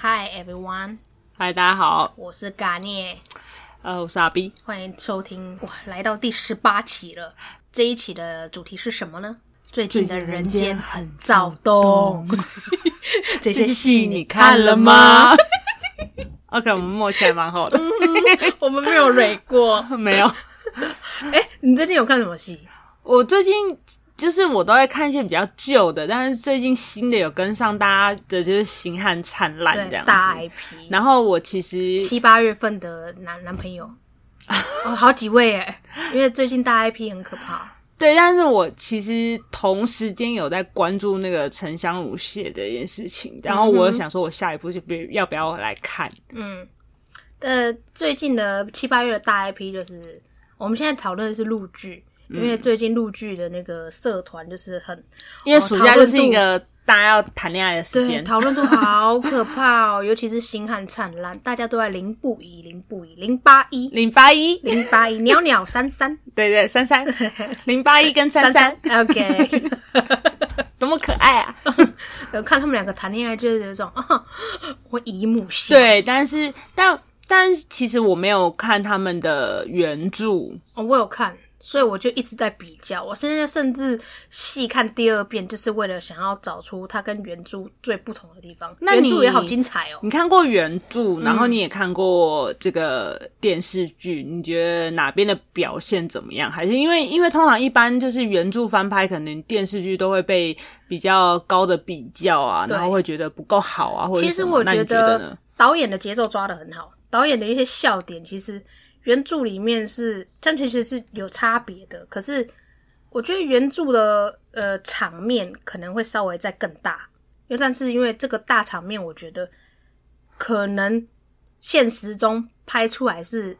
Hi everyone，嗨，大家好，我是嘎聂，呃，我是阿 B。欢迎收听哇，来到第十八期了。这一期的主题是什么呢？最近的人间很躁动， 这些戏你看了吗？ ？OK，我们默契还蛮好的， 我们没有蕊过。没有。 哎、你最近有看什么戏？我最近就是我都会看一些比较旧的，但是最近新的有跟上大家的，就是《星汉灿烂》这对，样大子。 IP，然后我其实七八月份的男男朋 友。哦，好几位哎，因为最近大 IP 很可怕。对，但是我其实同时间有在关注那个沉香如屑的一件事情，然后我有想说，我下一步就别要不要来看？嗯，呃，最近的七八月的大 IP 就是我们现在讨论的是陆剧，嗯因为最近陆剧的那个社团就是很因为暑假就是一个大家要谈恋爱的时对间，讨论度好可怕哦， 尤其是星汉灿烂，大家都在零不一零不一零八一零八一，零八一袅袅三三对对，三三零八一跟三三， ，OK，多么可爱啊！呃看他们两个谈恋爱就是有一种啊， 我姨母笑，对，但是但但是其实我没有看他们的原著，哦，我有看，所以我就一直在比较。我现在甚至细看第二遍，就是为了想要找出它跟原著最不同的地方。那原你著也好精彩哦。你看过原著，然后你也看过这个电视剧，你觉得哪边的表现怎么样？还是因为因为通常一般就是原著翻拍，可能电视剧都会被比较高的比较啊，对然后会觉得不够好啊，或者其是实什么我那你觉觉得呢得导演的节奏抓得很好，导演的一些笑点其实原著里面是，但其实是有差别的。可是我觉得原著的呃场面可能会稍微再更大，因为但是因为这个大场面，我觉得可能现实中拍出来是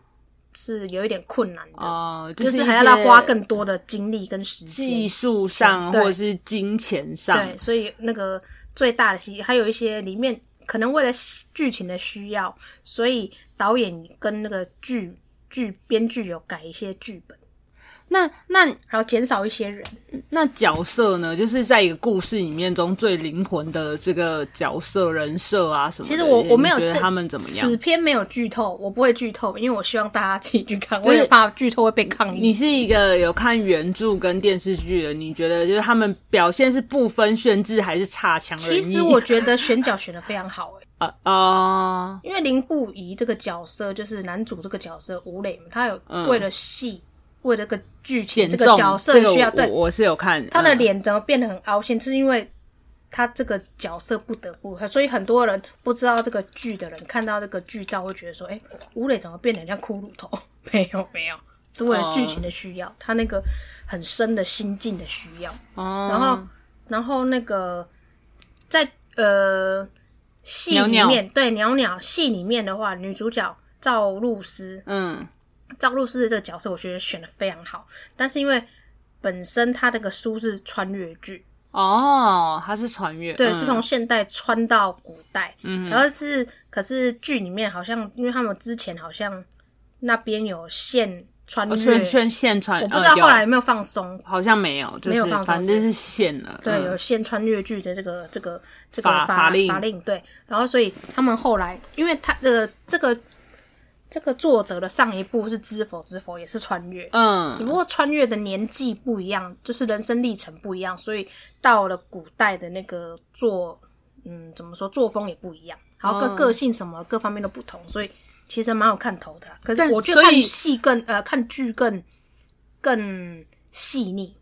是有一点困难的，哦、就是是一还要他些花更多的精力跟时技间。术上对或者是金钱上对，，所以那个最大的戏，还有一些里面可能为了剧情的需要，所以导演跟那个剧剧编剧有改一些剧本，那那还有减少一些人。那角色呢，就是在一个故事里面中最灵魂的这个角色人设啊什么的。其实我我没有你觉得这他们怎么此样？篇没有剧透，我不会剧透，因为我希望大家自己去看，是我也怕剧透会被抗你议。是一个有看原著跟电视剧的，你觉得就是他们表现是不分宣制还是差强人其意？实我觉得选角选的非常好、欸，啊啊、因为林不疑这个角色就是男主这个角色吴磊嘛，他有嗯为了戏，为了这个剧情减这重个角色这个需要，我对我是有看他的嗯脸怎么变得很凹陷，是因为他这个角色不得不，所以很多人不知道这个剧的人看到这个剧照会觉得说，哎、吴磊怎么变得很像骷髅头？ 没有没有，是为了剧情的需要，他那个很深的心境的需要。哦，然后，然后那个在呃戏袅里袅面，对袅袅戏里面的话，女主角赵露思，嗯赵露思的这个角色，我觉得选的非常好，但是因为本身她这个书是穿越剧，哦，他是穿越，对，嗯是从现代穿到古代，嗯然后是可是剧里面好像，因为他们之前好像那边有限穿越，哦圈圈线穿，我不知道呃后来有有没有放松，好像没有，就没是有放松反正是线了，对，嗯有限穿越剧的这个这个这个法法法令对，然后所以他们后来，因为他的这个这个作者的上一部是《知否知否》，也是穿越，嗯，只不过穿越的年纪不一样，就是人生历程不一样，所以到了古代的那个作，嗯，怎么说作风也不一样，然后各、哦个性什么各方面都不同，所以其实蛮有看头的啦。可是但我觉得所以看戏更呃看剧更更细腻，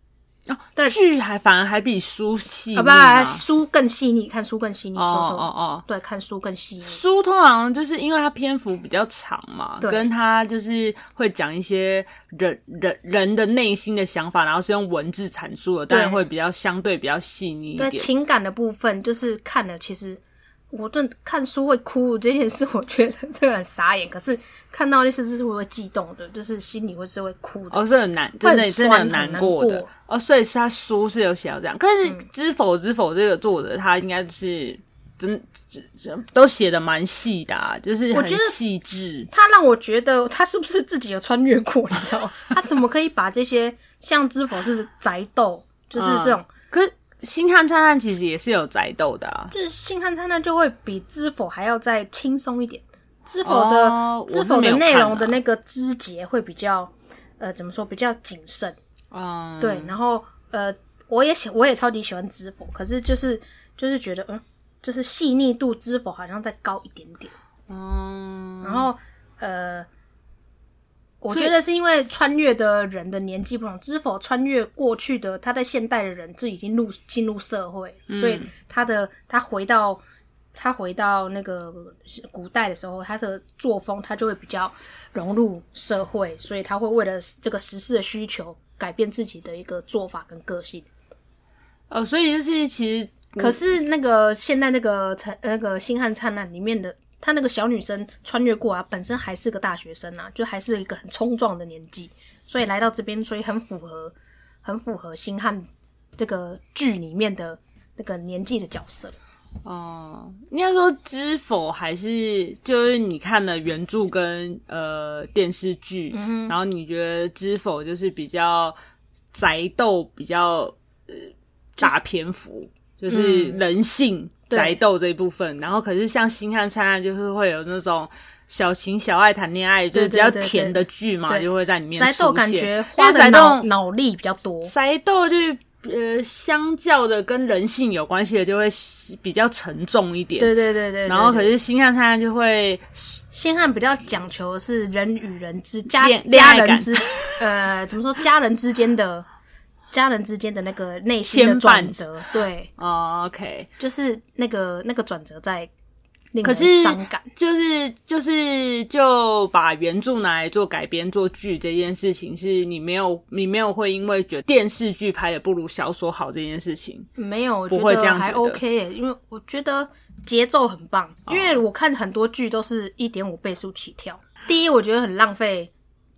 哦对剧还反而还比书细腻啊不吗，书更细腻，看书更细腻，哦说说哦哦，对，看书更细腻。书通常就是因为它篇幅比较长嘛，对跟它就是会讲一些人人人的内心的想法，然后是用文字阐述的，当然会比较相对比较细腻一对点。情感的部分，就是看了，其实我真的看书会哭这件事，我觉得这个很傻眼。可是看到那些是会激动的，就是心里会是会哭的。哦，是很难，会真很的真的酸难很难过的过嗯哦，所以是他书是有写到这样，可是《知否知否》这个作者他应该是真真都写的蛮细的、啊，就是我很觉得细致。他让我觉得他是不是自己有穿越过，你 啊知道吗？他怎么可以把这些像知否是宅斗，就是这种可是星汉灿烂》其实也是有宅斗的、啊，就是《星汉灿烂》就会比《知否》还要再轻松一点，《知否》的哦《我知是否》没的有内看容啊的那个枝节会比较，呃，怎么说比较谨慎。嗯，对，然后呃，我也喜，我也超级喜欢《知否》，可是就是就是觉得，嗯，就是细腻度《知否》好像再高一点点。嗯，然后呃，我所以觉得是因为穿越的人的年纪不同，《知否》穿越过去的他在现代的人就已经入进入社会，嗯所以他的他回到。他回到那个古代的时候，他的作风他就会比较融入社会，所以他会为了这个时事的需求改变自己的一个做法跟个性。哦，所以就是其实可是那个现在那个陈那个《星汉灿烂》里面的她那个小女生穿越过啊，本身还是个大学生啊，就还是一个很冲撞的年纪，所以来到这边，所以很符合，很符合星汉这个剧里面的那个年纪的角色。哦，应该说《知否》还是就是你看了原著跟呃电视剧，嗯然后你觉得《知否》就是比较宅斗，比较呃大篇幅，就是人性嗯对宅斗这一部分。然后可是像《星汉灿烂》就是会有那种。小情小爱谈恋爱就是对比较对对甜的剧嘛，对就会在里面宅斗出感现觉因花为的宅脑斗脑力比较多，宅斗就是呃，相较的跟人性有关系的，就会比较沉重一点。对对对对对。然后可对是星汉灿烂就会星汉比较讲求的是人与人之家恋恋家爱感人之呃怎么说家人之间的家人之间的那个内心的牵绊转折，对。哦，OK，就是那个那个转折在令可人是伤感。就是就是就把原著拿来做改编做剧这件事情，是你没有你没有会因为觉得电视剧拍的不如小说好这件事情。没有，我不会觉这样得觉还得 OK，耶因为我觉得节奏很棒，哦因为我看很多剧都是一点五倍速起跳。第一，我觉得很浪费，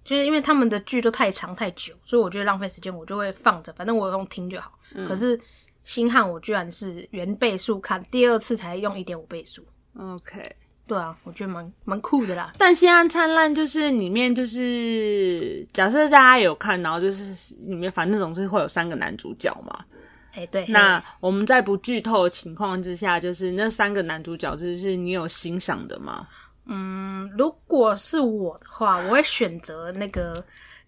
就是因为他们的剧都太长太久，所以我觉得浪费时间，我就会放着，反正我有用听就好。嗯可是星汉我居然是原倍速看，第二次才用一点五倍速。 OK，对啊，我觉得蛮蛮酷的啦。 但《星汉灿烂》就是里面就是假设大家有看，然后就是里面反正总是会有三个男主角嘛，哎、对，那我们在不剧透的情况之下，就是那三个男主角，就是你有欣赏的吗？嗯，如果是我的话，我会选择那个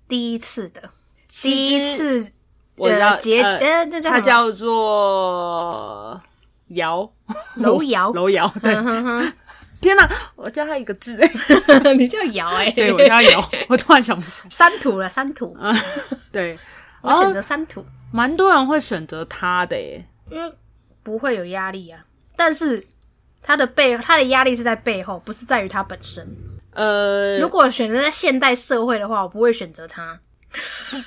第一次的，第一其实次我知道呃结呃呃，那叫他什么叫做瑶楼瑶，嗯楼瑶，对，天哪，我叫他一个字， 你叫瑶哎、对我叫啊他瑶，我突然想不起来，三土了，三土，对，我选哦择三土，蛮多人会选择他的耶，因为不会有压力啊。但是他的背，他的压力是在背后，不是在于他本身。呃，如果选择在现代社会的话，我不会选择他。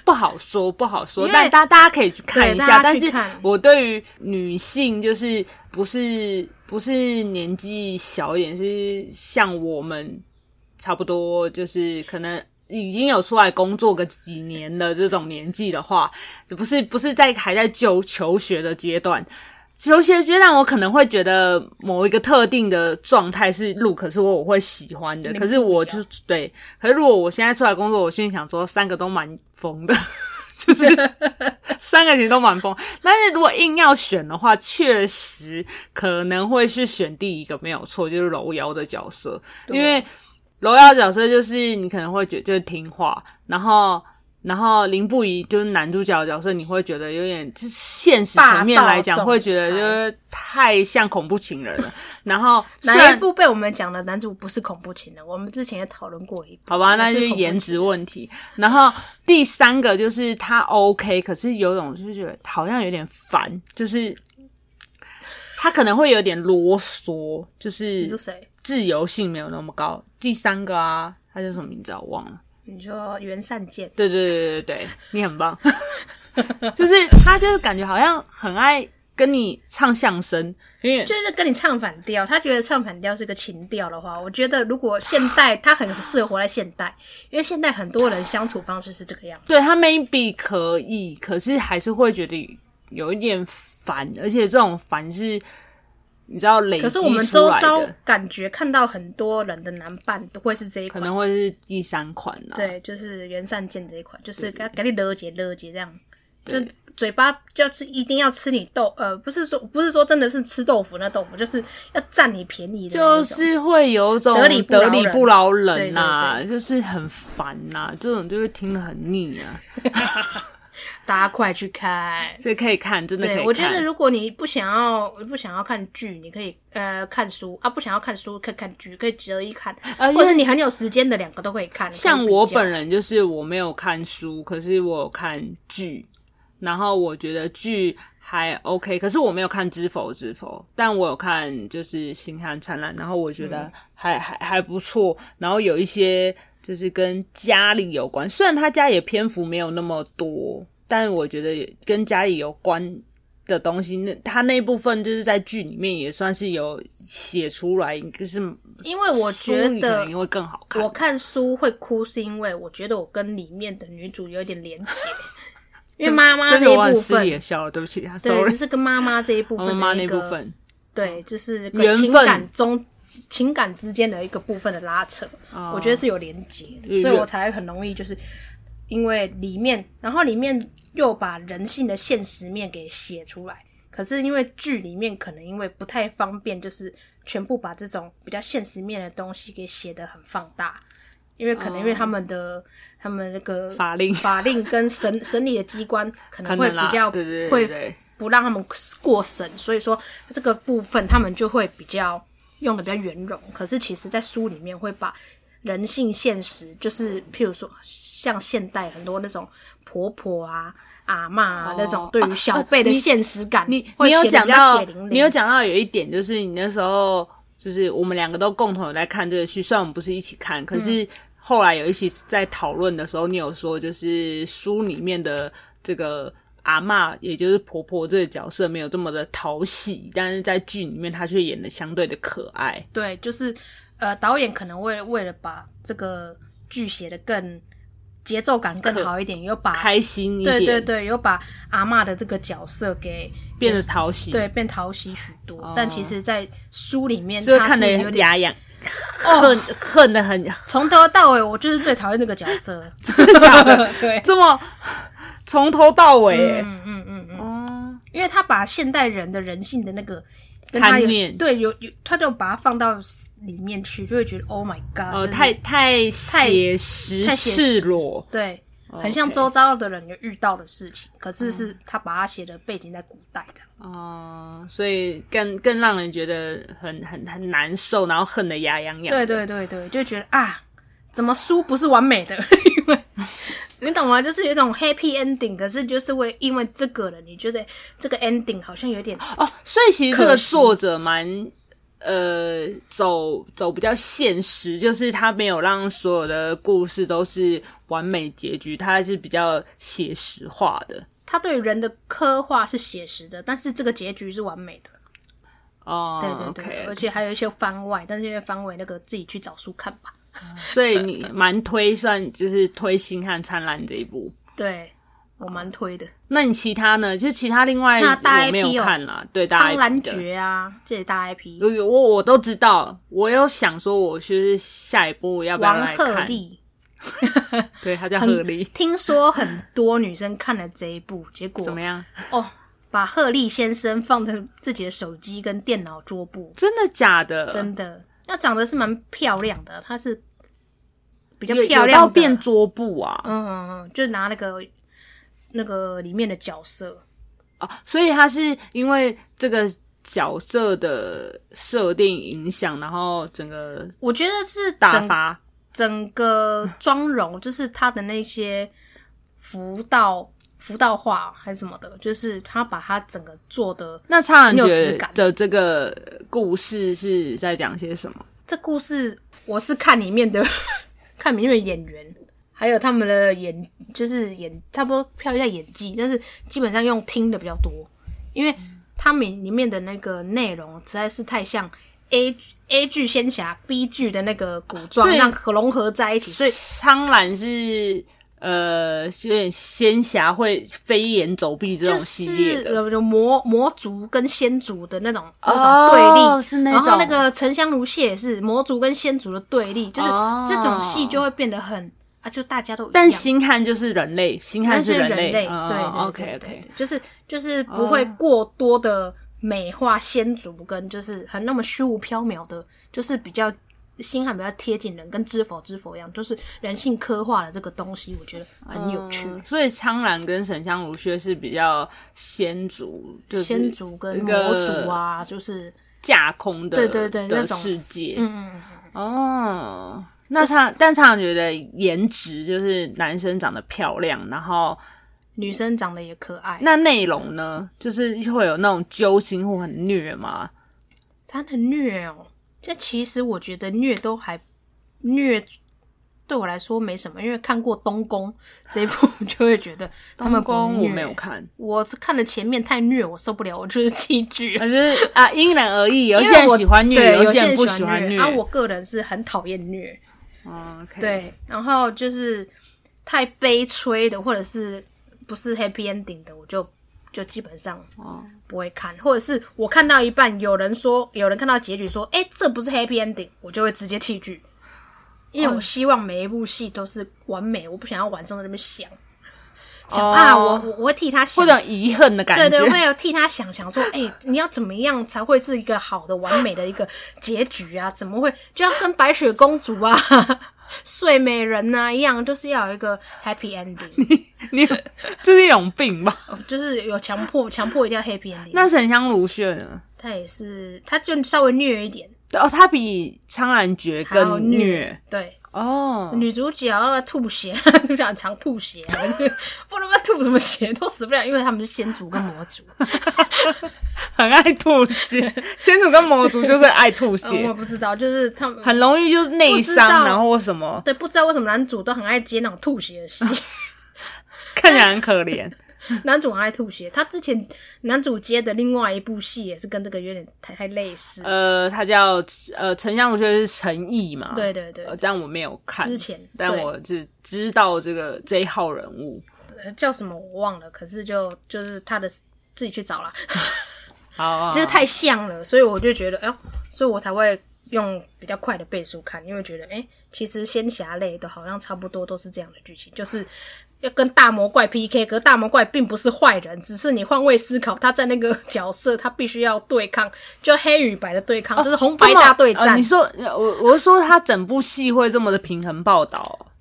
不好说，不好因说，为但大大家可以去看一对大下。家但去是看我对于女性，就是不是不是年纪小一点，是像我们差不多，就是可能已经有出来工作个几年的这种年纪的话，不是不是在还在就求学的阶段。求学阶段，我可能会觉得某一个特定的状态是 look 是我会喜欢的，你可是我就对，可是如果我现在出来工作，我心里想说三个都蛮疯的， 就是三个其实都蛮疯。但是如果硬要选的话，确实可能会是选第一个没有错，就是楼瑶的角色，啊因为楼瑶的角色就是你可能会觉得就是听话，然后。然后林不疑就是男主角的角色，你会觉得有点，就是现实层面来霸讲，道会觉得总裁就是太像恐怖情人 了。然后虽哪然一部被我们讲的男主不是恐怖情人？我们之前也讨论过一部，好吧，那也就是恐怖颜情值人问题。然后第三个就是他 OK，可是有种就是觉得好像有点烦，就是他可能会有点啰嗦，就你说是谁？自由性没有那么高。第三个啊，他叫什么名字啊？我忘了。你说袁善见，对对对对对，你很棒。就是他就是感觉好像很爱跟你唱相声，因为就是跟你唱反调。他觉得唱反调是个情调的话，我觉得如果现代，他很适合活在现代，因为现代很多人相处方式是这个样子。对他 maybe 可以，可是还是会觉得有一点烦，而且这种烦是，你知道累积可是我们出周来遭的，感觉看到很多人的男伴都会是这一可款，能会是第三款啦。，对，就是袁善见这一款，就是给他给你勒结勒结这样，就嘴巴就要吃，一定要吃你豆，呃，不是说不是说真的是吃豆腐那豆腐，就是要占你便宜的那就一种，是会有种得理不饶人不饶人呐、对就是很烦呐、这种就会听得很腻啊，大家快去看。所以可以看，真的可以对，看。我觉得如果你不想要不想要看剧，你可以呃看书啊；不想要看书，可以看剧，可以择一看，呃或者你很有时间的两个都可以看。可像以比我较本人就是我没有看书，可是我有看剧，然后我觉得剧还 OK，可是我没有看《知否知否》，但我有看就是《星汉灿烂》，然后我觉嗯得还、还还不错，然后有一些就是跟家里有关，虽然他家也篇幅没有那么多，但我觉得也跟家里有关。的东西，那他那一部分就是在剧里面也算是有写出来，就是因为我觉书里可得能会更好看。我看书会哭，是因为我觉得我跟里面的女主有点连 结，因为妈妈真那的我一很部失礼分的，笑了，对不起，他走对，了就。是跟妈妈这一部分妈的妈一那个部，分对，就是缘跟情分感中情感之间的一个部分的拉扯，哦我觉得是有连结的，嗯所以我才很容易就是。因为里面，然后里面又把人性的现实面给写出来，可是因为剧里面可能因为不太方便，就是全部把这种比较现实面的东西给写得很放大，因为可能因为他们 的、他们那个哦法令法令跟审审理的机关可能可会能比啦较对对对对会对不让他们呃过审，所以说这个部分他们就会比较用的比较圆融。可是其实，在书里面会把人性现实，就是譬如说像现代很多那种婆婆啊、阿嬷啊、哦那种对于小辈的啊啊你现实感，你会你有写得讲比较到血淋，淋。你有讲到有一点，就是你那时候就是我们两个都共同有在看这个剧，虽然我们不是一起看，可是嗯后来有一起在讨论的时候，你有说就是书里面的这个。阿嬷，也就是婆婆这个角色没有这么的讨喜，但是在剧里面她却演的相对的可爱。对，就是呃，导演可能为了为了把这个剧写的更节奏感更好一点，又把开心一点，啊对对对，又把阿嬷的这个角色给变得讨喜，对变讨喜许多。哦但其实，在书里面，就会她看得是有很点哦牙痒，恨恨得很 从头到尾，我就是最讨厌那个角色。假的 对， 这么从头到尾、欸，嗯嗯嗯嗯，哦，因为他把现代人的人性的那个。跟贪他有念对有有，他就把它放到里面去，就会觉得 Oh my God，、就呃，是太太写实、太写实赤裸，对，很像周遭的人有遇到的事情，可是是嗯他把它写的背景在古代的。哦、所以更更让人觉得很很很难受，然后恨得牙痒痒。对，对对对，就觉得啊，怎么书不是完美的？ 因为你懂吗？就是有一种 happy ending，可是就是会因为这个了，你觉得这个 ending 好像有点哦，所以其实这个可惜作者蛮。呃，走走比较现实，就是他没有让所有的故事都是完美结局，他是比较写实化的。他对人的刻画是写实的，但是这个结局是完美的。哦，对对对 OK，而且还有一些番外，但是因为番外那个自己去找书看吧。所以你蛮推算就是推《星汉灿烂》这一部。对我蛮推的，《那你其他呢？其实其他另外那大 IP 我没有看啦，对大苍 IP 兰的诀》啊，这些大 IP，有有我我都知道。我有想说，我就是下一步要不要王来鹤看？棣。对，他叫鹤立， 听说很多女生看了这一部，结果怎么样？哦，把鹤立先生放在自己的手机跟电脑桌布，真的假的？真的，那长得是蛮漂亮的，她是比较有漂有到亮的，变桌布啊！嗯嗯嗯，就拿那个那个里面的角色，哦，所以他是因为这个角色的设定影响，然后整个我觉得是大整发整个妆 容，就是她的那些服道。服道化还是什么的，就是她把她整个做的那《苍兰很有诀质感》的这个故事是在讲些什么？这故事我是看里面的， 看里面的演员，还有他们的演，就是演差不多飘一下演技，但是基本上用听的比较多，因为他们里面的那个内容实在是太像 A A 剧仙侠 B 剧的那个古装，所以让合融合在一起，所以苍兰是呃有点仙侠会飞檐走壁这就种系列是的。呃，就魔魔族跟仙族的那种那哦种对立，是那然后种那个沉香如屑也是魔族跟仙族的对立，就是哦这种戏就会变得很啊，啊，就大家都一样但星汉就是人类，星汉但是人类，对哦对对，OK 哦对 OK，对就是就是不会过多的美化先祖跟就是很那么虚无缥缈的，就是比较星汉比较贴近人，跟知否知否一样，就是人性刻画的这个东西，我觉得很有趣。嗯所以苍兰跟沈香如靴是比较先祖，就是先祖跟一魔个族啊，就是架空的，对对对的那种世界，嗯，嗯嗯哦，那他但常常觉得颜值就是男生长得漂亮，然后女生长得也可爱，那内容呢，就是会有那种揪心或很虐吗？她的虐哦，这其实我觉得虐都还虐。对我来说没什么，因为看过《东宫》这一部， 就会觉得他们不宫我虐没有看，我是看了前面太虐，我受不了，我就是弃剧。 可是啊，因人而异，有因些为人我喜欢虐，对有些人不喜欢虐。虐。啊，我个人是很讨厌虐，哦，OK 对，然后就是太悲催的，或者是不是 happy ending 的，我就就基本上哦不会看，或者是我看到一半，有人说有人看到结局说，哎、这不是 happy ending，我就会直接弃剧，因哦为我希望每一部戏都是完美，我不想要晚上在那边想想、啊，我哦我我会替他想或。者遗恨的感觉。对对，会有替他想想说，哎、你要怎么样才会是一个好的、完美的一个结局啊？怎么会就要跟白雪公主啊、 睡美人呐、啊、一样，就是要有一个 happy ending， 哦你这是一种病吧？就是有强迫强迫一定要 happy ending。那沈香如屑呢？他也是，他就稍微虐一点，对哦，她比苍兰诀还要更虐对。哦。女主角要吐血， 就想常吐血、啊， 不他妈吐什么血都死不了，因为他们是仙族跟魔 族，很爱吐血， 仙主跟魔族就是爱吐哦我也血，不知道，就是他们很容易就是内伤，不知道然后什么对不知道为什么男主都很爱接那种吐血的戏，看起来很 可怜。男主很爱吐血，他之前男主接的另外一部戏也是跟这个有点太太类似。呃，他叫呃沉香，我觉得是陈毅嘛，对对对呃，但我没有看之前但对我只知道这个这一号人物。呃叫什么我忘了，可是就就是他的 自己去找啦，好，就是太像了，所以我就觉得，哎呦，所以我才会用比较快的倍速看，因为觉得，哎、其实仙侠类的好像差不多都是这样的剧情，就是。要跟大魔怪 PK，可是大魔怪并不是坏人，只是你换位思考，他在那个角色，他必须要对抗，就黑与白的对抗，就是红白哦这么大对战。呃你说呃我我是说他整部戏会这么的平衡报道哦，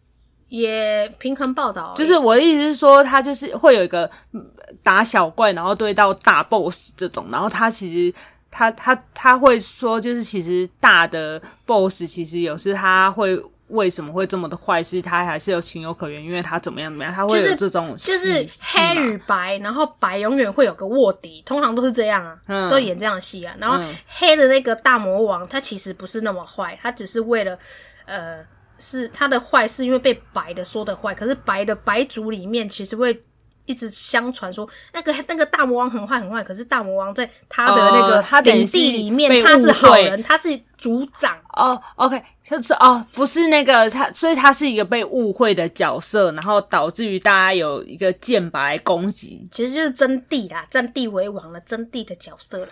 也平衡报道而已，就是我的意思是说，他就是会有一个嗯打小怪，然后对到大 boss 这种，然后他其实他他他会说，就是其实大的 boss 其实有时他会为什么会这么的坏，是他还是有情有可原，因为他怎么样怎么样，他会就是有这种戏就是黑戏嘛与白，然后白永远会有个卧底，通常都是这样啊，嗯都演这样的戏啊。然后黑的那个大魔王，他其实不是那么坏，他只是为了呃，是他的坏是因为被白的说的坏，可是白的白族里面其实会。一直相传说那个那个大魔王很坏很坏，可是大魔王在他的那哦个他等于领地是里面、被他是误好会人，他是族长，哦，OK，就是哦，不是那个他，所以他是一个被误会的角色，然后导致于大家有一个剑拔来攻击其实就是争地啦，占地为王了，争地的角色啦。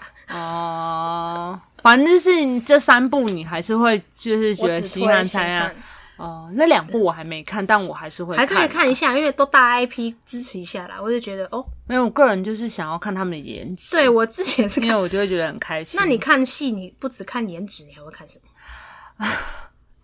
哦。反正是你这三部，你还是会就是觉我得只西推汉先参啊看，哦，那两部我还没看，但我还是会还是可以啊看一下，因为都大 IP 支持一下啦。我就觉得哦，没有，我个人就是想要看他们的颜值，对我之前是因看，为我就会觉得很开心。那你看戏，你不只看颜值，你还会看什么？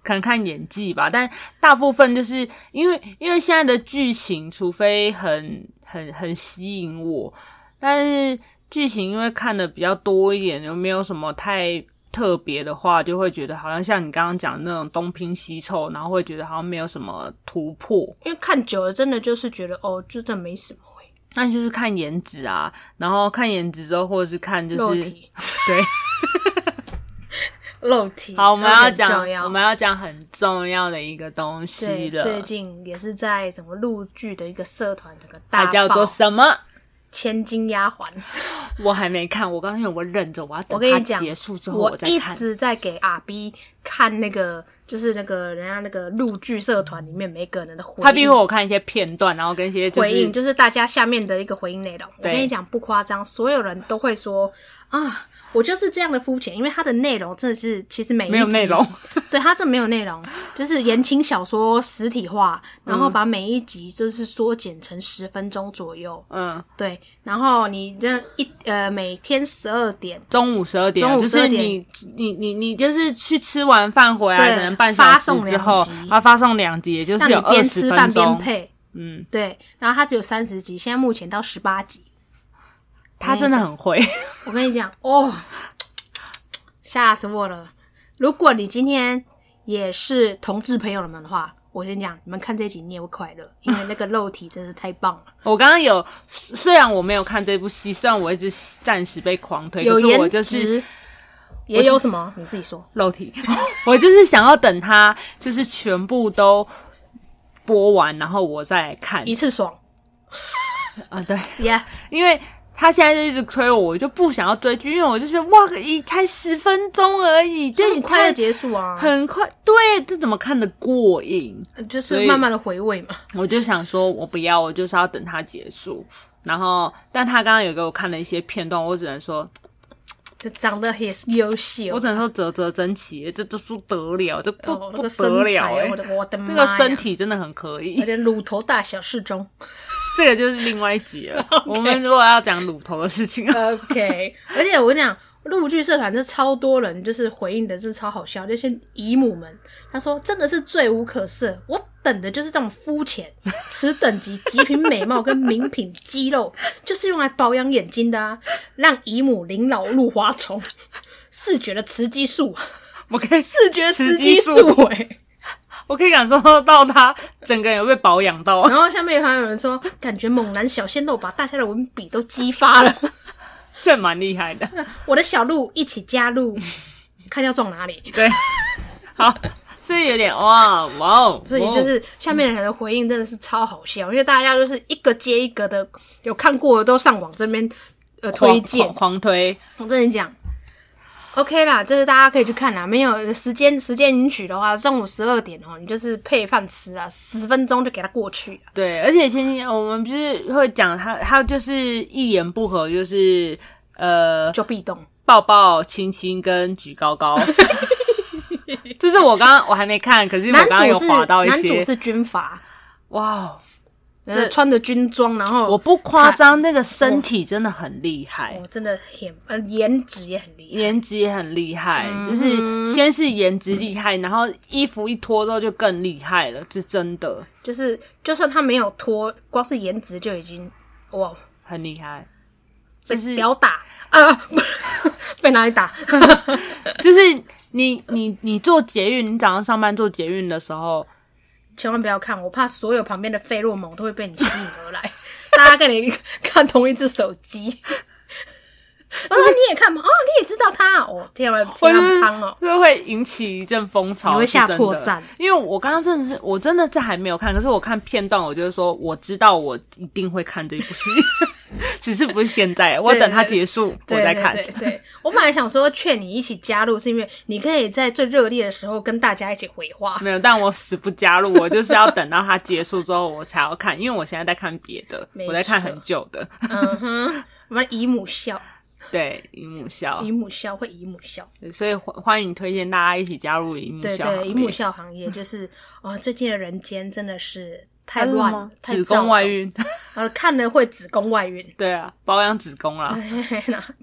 可能看演技吧，但大部分就是因为因为现在的剧情，除非很很很吸引我，但是剧情因为看的比较多一点，又没有什么太特别的话，就会觉得好像像你刚刚讲的那种东拼西凑，然后会觉得好像没有什么突破。因为看久了，真的就是觉得哦，就真的没什么欸、那就是看颜值啊，然后看颜值之后，或者是看就肉是体， 对。肉体。好，我们肉体要很讲重要我们要讲很重要的一个东西对，了，最近也是在什么陆剧的一个社团，这个大它叫爆做什么？千金丫鬟。我还没看，我刚刚有我忍着，我要我等跟它你讲结束之后我再一看。直在给阿 B 看那个，就是那个人家那个陆剧社团里面每个人的回应。他逼迫我看一些片段，然后跟一些就回应，是就是大家下面的一个回应内容。我对跟你讲不夸张，所有人都会说啊，我就是这样的肤浅，因为它的内容真的是其实每一没有集内容， 对，它这没有内容，就是言情小说实体化，然嗯后把每一集就是缩减成十分钟左右。嗯，对，然后你这一呃每天十二点，中午十二点，啊中午就是12点你你你你就是去吃完饭回来，对可能半小发时送之两后集，它发送两集，也就是让有你二边十吃饭分边钟。配。嗯，对，然后它只有三十集，现在目前到十八集。他真的很会， 我跟你讲哦，吓死我了！如果你今天也是同志朋友们的话，我跟你讲，你们看这集你也会快乐，因为那个肉体真是太棒 了。我刚刚有，虽虽然我没有看这部戏，虽然我一直暂时被狂推，可有是我颜就值，是嗯也有什么？你自己说。肉体， 我就是想要等它就是全部都播完，然后我再来看一次爽啊、对， ，Yeah，因为。他现在就一直推我，我就不想要追剧，因为我就觉得哇，一才十分钟而已，就这很快看就结束啊，很快，对，这怎么看得过瘾？就所是以慢慢的回味嘛。我就想说，我不要，我就是要等它结束。然后，但他刚刚有给我看了一些片段，我只能说，这长得也是优秀我，只能说啧啧争奇，这都说得了，这不、哦，那个不得身了材，哎、我的我的妈这呀，个身体真的很可以 有，点乳头大小适中。这个就是另外一集 了。我们如果要讲乳头的事情， OK，而 且我跟你讲，陆剧社团是超多人，就是回应的是超好笑，那些姨母们，她说真的是罪无可赦，我等的就是这种肤浅、此等级极品美貌跟名品肌肉，就是用来保养眼睛的啊，让姨母临老入花丛，视觉的雌激素，我可以视觉的雌激激素素、欸，我可以感受到他整个人有被保养 到，然后下面还有人说，感觉猛男小鲜肉把大家的文笔都激发了， 这蛮厉害的。我的小鹿一起加入， 看要撞哪里。对， 好，所以有点哇哇哦，所以哇就哦是下面的人的回应真的是超好笑，因为大家就是一个接一个的，有看过的都上网这边呃推荐狂狂。狂推，我跟你讲，OK 啦，这是大家可以去看啦。没有呃时间时间允许的话，中午十二点哦，你就是配饭吃啦，十分钟就给它过去啦。对，而且前期我们不是会讲他，他就是一言不合就是呃就必动。抱抱、亲亲跟举高 高。这是我刚刚我还没看，可是我男刚刚有主是滑到一男主些，是军阀，哇哦，就是穿着军装，然后我不夸张，那个身体真的很厉害我，真的很呃颜值也很厉害。颜值也很厉害，嗯就是先是颜值厉害，然后衣服一脱之后就更厉害了，是真的就是就算他没有脱，光是颜值就已经哇很厉害。被就是 屌打啊， 不被哪里打？ 就是你你你做捷运，你早上上班做捷运的时候，千万不要看，我怕所有旁边的费洛蒙都会被你吸引而 来，大家跟你看同一只手机。我说你也看吗？哦，你也知道他哦，天啊，我天啊，汤 哦，就 会引起一阵风潮，你会下是真的错站。因为我刚刚真的是，我真的是还没有看，可是我看片段，我就是说我知道我一定会看这一部戏， 只是不是现在，我等它结束我对再看。对对对，我本来想说劝你一起加入，是因为你可以在最热烈的时候跟大家一起回话。 没有，但我死不加入，我就是要等到它结束之后我才要看，因为我现在在看别的，没我在看错很久的。嗯哼，我们姨母笑，对，姨母笑姨，母笑会姨母笑。所以欢欢迎推荐大家一起加入姨母对笑行列。对，荧幕笑行业就是哦，最近的人间真的是太它是什乱么了，太嗯子躁宫外动，孕， 呃，看了会子宫外 孕，对啊，保养子宫啦。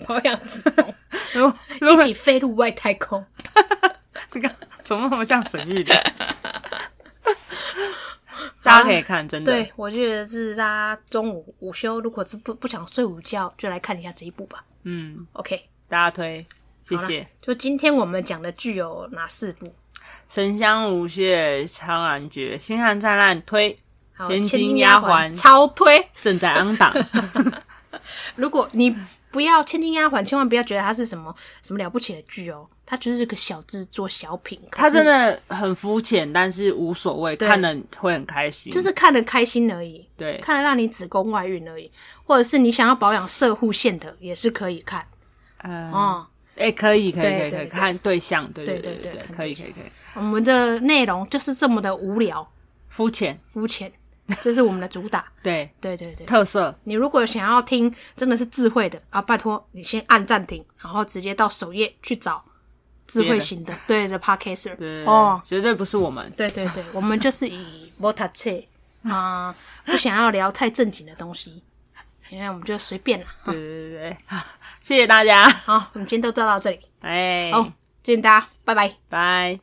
保养子宫，如果 如嗯一果起飞入外太空。这个怎么那么像沈玉莲？ 大家可以看，真的。对，我觉得是大家中午午休，如果是不不想睡午觉，就来看一下这一部吧。嗯， OK，大家推，谢好啦谢。就今天我们讲的剧有哪四部？神香无懈，苍兰诀，星汉灿烂，推好，千千金金丫丫鬟鬟超推。正在昂档。如果你不要千金丫鬟，千万不要觉得它是什么什么了不起的剧哦，它就是个小制作小品。可他是真的很肤浅，但是无所谓，对看了会很开心。就是看得开心而已，嗯对，看得让你子宫外孕而已，或者是你想要保养射护线的也是可以看嗯，哦。哎，可以，可以，可以，对可以对对看对象，对对对对对对，对可以，可以，可以，我们的内容就是这么的无聊、肤浅， 肤浅，这是我们的主打。对，对对对，特色。你如果想要听真的是智慧的啊，拜托你先按暂停，然后直接到首页去找智慧型的，对的 podcaster。对哦，绝对不是我们。对对 对，我们就是以 m o t a 啊，不想要聊太正经的东西，因为我们就随便啦。对对对对， 好谢谢大家。好，我们今天都做到这里，哎，好，，见大家，拜拜。拜。